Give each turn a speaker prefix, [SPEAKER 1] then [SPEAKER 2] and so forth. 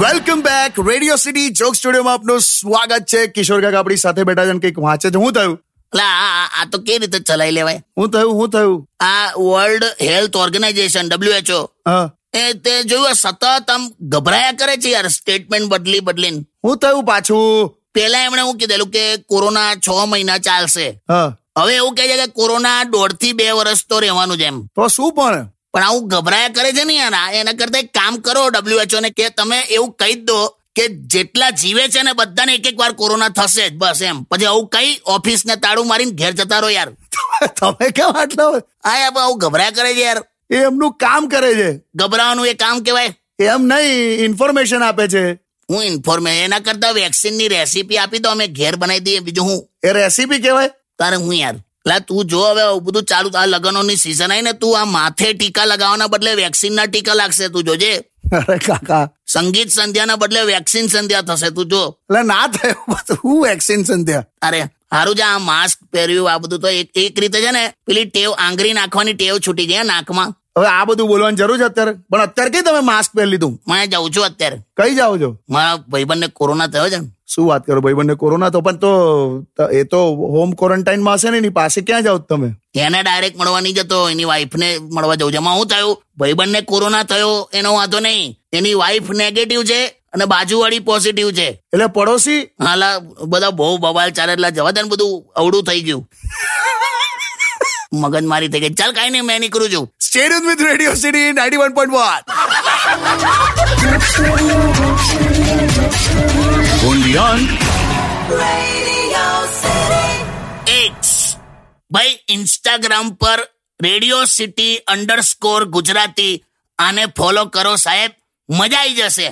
[SPEAKER 1] Welcome back radio city joke સ્ટુડિયોમાં આપનું સ્વાગત છે કિશોર કાકા આપણી સાથે બેઠા છે અને કંઈક વાંચે છે હું થયું
[SPEAKER 2] એટલે આ- આ આ તો કેવી રીતે ચલાવી લેવાય
[SPEAKER 1] હું થયું હું થયું
[SPEAKER 2] આ વર્લ્ડ હેલ્થ ઓર્ગેનાઇઝેશન ડબ્લ્યુએચઓ
[SPEAKER 1] હા
[SPEAKER 2] એ તે જોયું આ સતત આમ ગભરાયા કરે છે યાર સ્ટેટમેન્ટ બદલી બદલીને
[SPEAKER 1] હું થયું પાછું
[SPEAKER 2] પહેલા એમણે એવું કીધેલું કે કોરોના છ મહિના ચાલશે
[SPEAKER 1] હા
[SPEAKER 2] હવે એવું કહે છે કે કોરોના દોઢ થી બે વર્ષ તો રહેવાનું છે એમ
[SPEAKER 1] તો શું પણ
[SPEAKER 2] પણ આવું ગભરાયા કરે છે ને યાર આ એના કરતા એક કામ કરો ડબ્લ્યુએચઓ ને કે તમે એવું કહી જ દો કે જેટલા જીવે છે ને બધાને એક એક વાર કોરોના થશે જ બસ એમ પછી આવું કઈ ઓફિસ ને તાળું મારીને ઘેર જતા રહો યાર
[SPEAKER 1] તમે કેમ આટલા
[SPEAKER 2] આ યાર આવું ગભરાયા કરે છે યાર
[SPEAKER 1] એ એમનું કામ કરે છે
[SPEAKER 2] ગભરાવાનું એ કામ કહેવાય
[SPEAKER 1] એમ નહીં ઇન્ફોર્મેશન આપે છે
[SPEAKER 2] હું ઇન્ફોર્મે એના કરતા વેક્સિનની રેસીપી આપી દો અમે ઘેર બનાવી દઈએ બીજું હું
[SPEAKER 1] એ રેસીપી કહેવાય
[SPEAKER 2] તારે હું યાર લા તું જો હવે આવું બધું ચાલુ આ લગ્નોની સીઝન આવી ને તું આ માથે ટીકા લગાવવાના બદલે વેક્સિનના ટીકા લાગશે તું જોજે
[SPEAKER 1] અરે કાકા
[SPEAKER 2] સંગીત સંધ્યાના બદલે વેક્સિન સંધ્યા થશે તું જો
[SPEAKER 1] એટલે ના થયું હું વેક્સિન સંધ્યા
[SPEAKER 2] અરે હારું જ આ માસ્ક પહેર્યું આ બધું તો એક એક રીતે છે ને પેલી ટેવ આંગળી નાખવાની ટેવ છૂટી ગઈ હે નાકમાં
[SPEAKER 1] હવે આ બધું બોલવાની જરૂર છે અત્યારે પણ અત્યારે કઈ તમે માસ્ક પહેરી લીધું
[SPEAKER 2] મેં જાઉં છું અત્યારે
[SPEAKER 1] કઈ જાઓ છો
[SPEAKER 2] મારા ભાઈબંધને કોરોના થયો છે ને
[SPEAKER 1] શું વાત કરો ભાઈ બંને કોરોના તો પણ તો ત- એ તો હોમ ક્વોરન્ટાઇનમાં હશે ને એની પાસે ક્યાં જાઓ તમે
[SPEAKER 2] એને ડાયરેક્ટ મળવા નહીં જતો એની વાઈફને મળવા જવું છે એમાં શું થયું ભાઈબંધને કોરોના થયો એનો વાંધો નહીં એની વાઈફ નેગેટિવ છે અને બાજુવાળી પોઝિટિવ છે
[SPEAKER 1] એટલે પડોશી
[SPEAKER 2] હાલા બધા બહુ બબાલ ચાલે એટલે જવા દે ને બધું અવડું થઈ ગયું મગજમારી થઈ ગઈ ચાલ કાંઈ નહીં મેં નીકળું છું
[SPEAKER 1] stayed with radio city ninety one point one
[SPEAKER 3] Radio City.
[SPEAKER 2] એક્સ ભાઈ ઇન્સ્ટાગ્રામ પર રેડિયો સિટી અંડરસ્કોર ગુજરાતી આને ફોલો કરો સાહેબ મજા આવી જશે